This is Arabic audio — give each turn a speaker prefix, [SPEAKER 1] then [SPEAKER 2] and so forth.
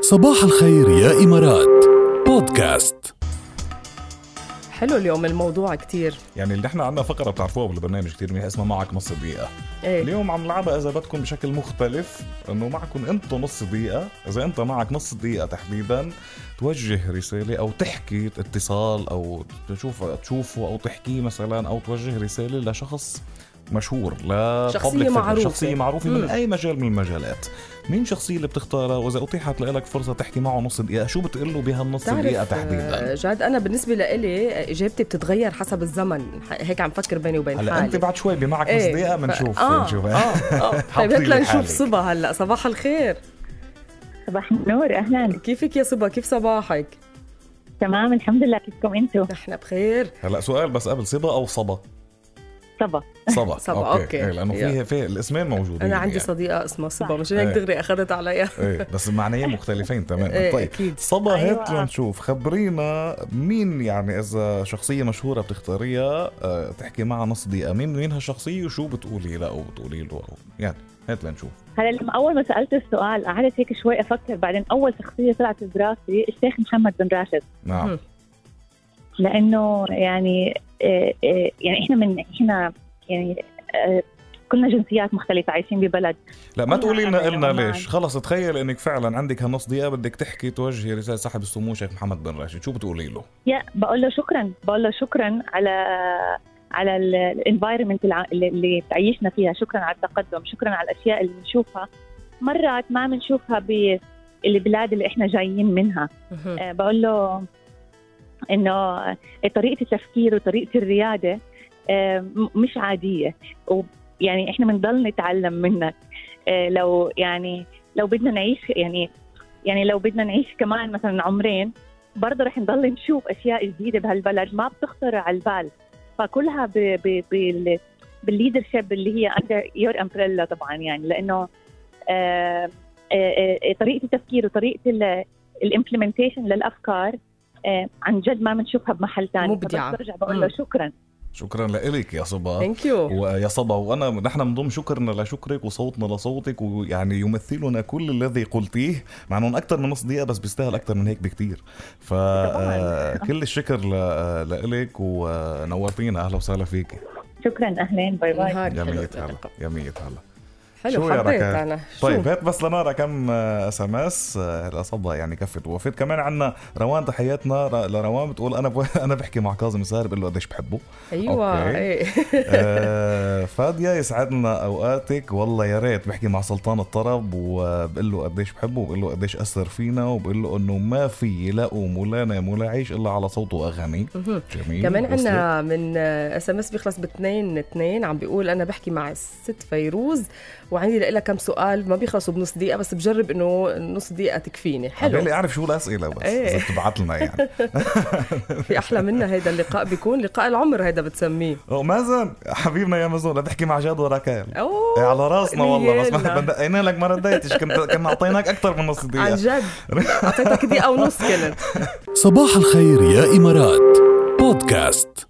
[SPEAKER 1] صباح الخير يا إمارات بودكاست
[SPEAKER 2] حلو اليوم الموضوع كتير
[SPEAKER 3] يعني اللي احنا عندنا فقره بتعرفوها بالبرنامج كتير منيح اسمها معك نص دقيقه
[SPEAKER 2] ايه
[SPEAKER 3] اليوم عم نلعبها اذا بدكم بشكل مختلف انه معكم انتم نص دقيقه اذا انت معك نص دقيقه تحديدا توجه رساله او تحكي اتصال او تشوف تشوفه او تحكيه مثلا او توجه رساله لشخص مشهور لا
[SPEAKER 2] شخصية
[SPEAKER 3] public figure،
[SPEAKER 2] معروفة.
[SPEAKER 3] شخصية معروفة من
[SPEAKER 2] مم.
[SPEAKER 3] أي مجال من المجالات مين الشخصية اللي بتختارها وإذا أتيحت لك فرصة تحكي معه نص دقيقة شو بتقله بهالنص دقيقة
[SPEAKER 2] بتعرف آه،
[SPEAKER 3] تحديدا
[SPEAKER 2] جاد انا بالنسبه لإلي آه، اجابتي بتتغير حسب الزمن ح- هيك عم فكر بيني وبين حالي
[SPEAKER 3] هلا أنت بعد شوي بمعك نص دقيقة بنشوف
[SPEAKER 2] آه
[SPEAKER 3] بنشوف.
[SPEAKER 2] اه اه طيب
[SPEAKER 3] حاطين
[SPEAKER 2] هات لنشوف
[SPEAKER 3] لحالك.
[SPEAKER 2] صبا هلا صباح الخير
[SPEAKER 4] صباح النور اهلا
[SPEAKER 2] كيفك يا صبا كيف صباحك
[SPEAKER 4] تمام الحمد لله كيفكم انتم
[SPEAKER 2] نحن بخير
[SPEAKER 3] هلا سؤال بس قبل صبا او صبا
[SPEAKER 4] صبا
[SPEAKER 3] صبا
[SPEAKER 2] صبا، أوكي.
[SPEAKER 3] إيه لانه
[SPEAKER 2] يلا.
[SPEAKER 3] فيه فيه الاسمين موجودين
[SPEAKER 2] انا عندي
[SPEAKER 3] يعني.
[SPEAKER 2] صديقه اسمها صبا
[SPEAKER 4] صح.
[SPEAKER 2] مش هيك
[SPEAKER 3] إيه.
[SPEAKER 2] دغري اخذت عليها
[SPEAKER 3] ايه بس معنيين مختلفين
[SPEAKER 2] إيه،
[SPEAKER 3] تماما طيب
[SPEAKER 2] أكيد.
[SPEAKER 3] صبا
[SPEAKER 4] أيوة.
[SPEAKER 3] هات لنشوف خبرينا مين يعني اذا شخصيه مشهوره بتختاريها آه، تحكي معها نص دقيقه مين مين هالشخصيه وشو بتقولي له او بتقولي له أو يعني هات لنشوف
[SPEAKER 4] هلا لما اول ما سالت السؤال قعدت هيك شوي افكر بعدين اول شخصيه طلعت براسي الشيخ محمد بن راشد
[SPEAKER 3] نعم
[SPEAKER 2] مم.
[SPEAKER 4] لانه يعني آه، آه، يعني احنا من احنا يعني آه، كلنا جنسيات مختلفه عايشين ببلد
[SPEAKER 3] لا ما
[SPEAKER 4] والله
[SPEAKER 3] تقولي لنا
[SPEAKER 4] أنا
[SPEAKER 3] قلنا
[SPEAKER 2] يعني
[SPEAKER 4] كمان.
[SPEAKER 3] ليش خلص تخيل انك فعلا عندك هالنص دقيقه بدك تحكي توجهي رساله صاحب السمو شيخ محمد بن راشد شو بتقولي له
[SPEAKER 4] يا بقول له شكرا بقول له شكرا على على الانفايرمنت اللي اللي بتعيشنا فيها شكرا على التقدم شكرا على الاشياء اللي بنشوفها مرات ما بنشوفها بالبلاد اللي احنا جايين منها
[SPEAKER 2] مهم.
[SPEAKER 4] آه، بقول له انه آه، طريقه التفكير وطريقه الرياده آه، م- مش عاديه ويعني احنا بنضل نتعلم منك آه، لو يعني لو بدنا نعيش يعني يعني لو بدنا نعيش كمان مثلا عمرين برضه رح نضل نشوف اشياء جديده بهالبلد ما بتخطر على البال فكلها ب ب بال بالليدرشيب اللي هي اندر يور امبريلا طبعا يعني لانه آه، آه، آه، طريقه التفكير وطريقه ال- الامبلمنتيشن للافكار آه، عن جد ما بنشوفها بمحل ثاني
[SPEAKER 2] مبدعة.
[SPEAKER 4] برجع بقول له
[SPEAKER 2] مم.
[SPEAKER 4] شكرا
[SPEAKER 3] شكرا لك يا صبا
[SPEAKER 2] ثانك يو
[SPEAKER 3] ويا صبا وانا نحن بنضم شكرنا لشكرك وصوتنا لصوتك ويعني يمثلنا كل الذي قلتيه مع انه اكثر من نص دقيقه بس بيستاهل اكثر من هيك بكثير فكل الشكر ل- لإلك ونورتينا اهلا وسهلا فيك
[SPEAKER 4] شكرا اهلين باي باي
[SPEAKER 2] نهار
[SPEAKER 3] يا
[SPEAKER 2] حلو
[SPEAKER 3] ميت هلا يا ميت هلا
[SPEAKER 2] حلو
[SPEAKER 3] شو يا
[SPEAKER 2] حبيت
[SPEAKER 3] ركا؟
[SPEAKER 2] انا
[SPEAKER 3] طيب هات بس لنرى كم اس ام اس لصبا يعني كفت ووفت كمان عندنا روان تحياتنا ر- لروان بتقول انا ب... انا بحكي مع كاظم ساهر بقول له قديش بحبه
[SPEAKER 2] ايوه
[SPEAKER 3] أوكي.
[SPEAKER 2] ايه
[SPEAKER 3] آه، فادية يسعدنا اوقاتك والله يا ريت بحكي مع سلطان الطرب وبقول له قديش بحبه وبقول له قديش اثر فينا وبقول له انه ما في لا قوم ولا نام ولا عيش الا على صوته واغاني
[SPEAKER 2] مهم.
[SPEAKER 3] جميل
[SPEAKER 2] كمان
[SPEAKER 3] وصلت.
[SPEAKER 2] عنا من اس ام اس بيخلص باثنين اثنين عم بيقول انا بحكي مع الست فيروز وعندي لها كم سؤال ما بيخلصوا بنص دقيقه بس بجرب انه نص دقيقه تكفيني حلو
[SPEAKER 3] عبالي اعرف شو الاسئله بس
[SPEAKER 2] إيه.
[SPEAKER 3] اذا بتبعت لنا يعني
[SPEAKER 2] في احلى منا هيدا اللقاء بيكون لقاء العمر هيدا بتسميه
[SPEAKER 3] أو مازن حبيبنا يا مازن لا تحكي مع جاد وركال إيه
[SPEAKER 2] اوه
[SPEAKER 3] على راسنا والله بس
[SPEAKER 2] نيالا.
[SPEAKER 3] ما دقينا لك ما رديتش كنت كنا اعطيناك اكثر من نص
[SPEAKER 2] عن
[SPEAKER 3] دقيقه
[SPEAKER 2] جد اعطيتك دقيقه ونص كانت
[SPEAKER 1] صباح الخير يا إمارات بودكاست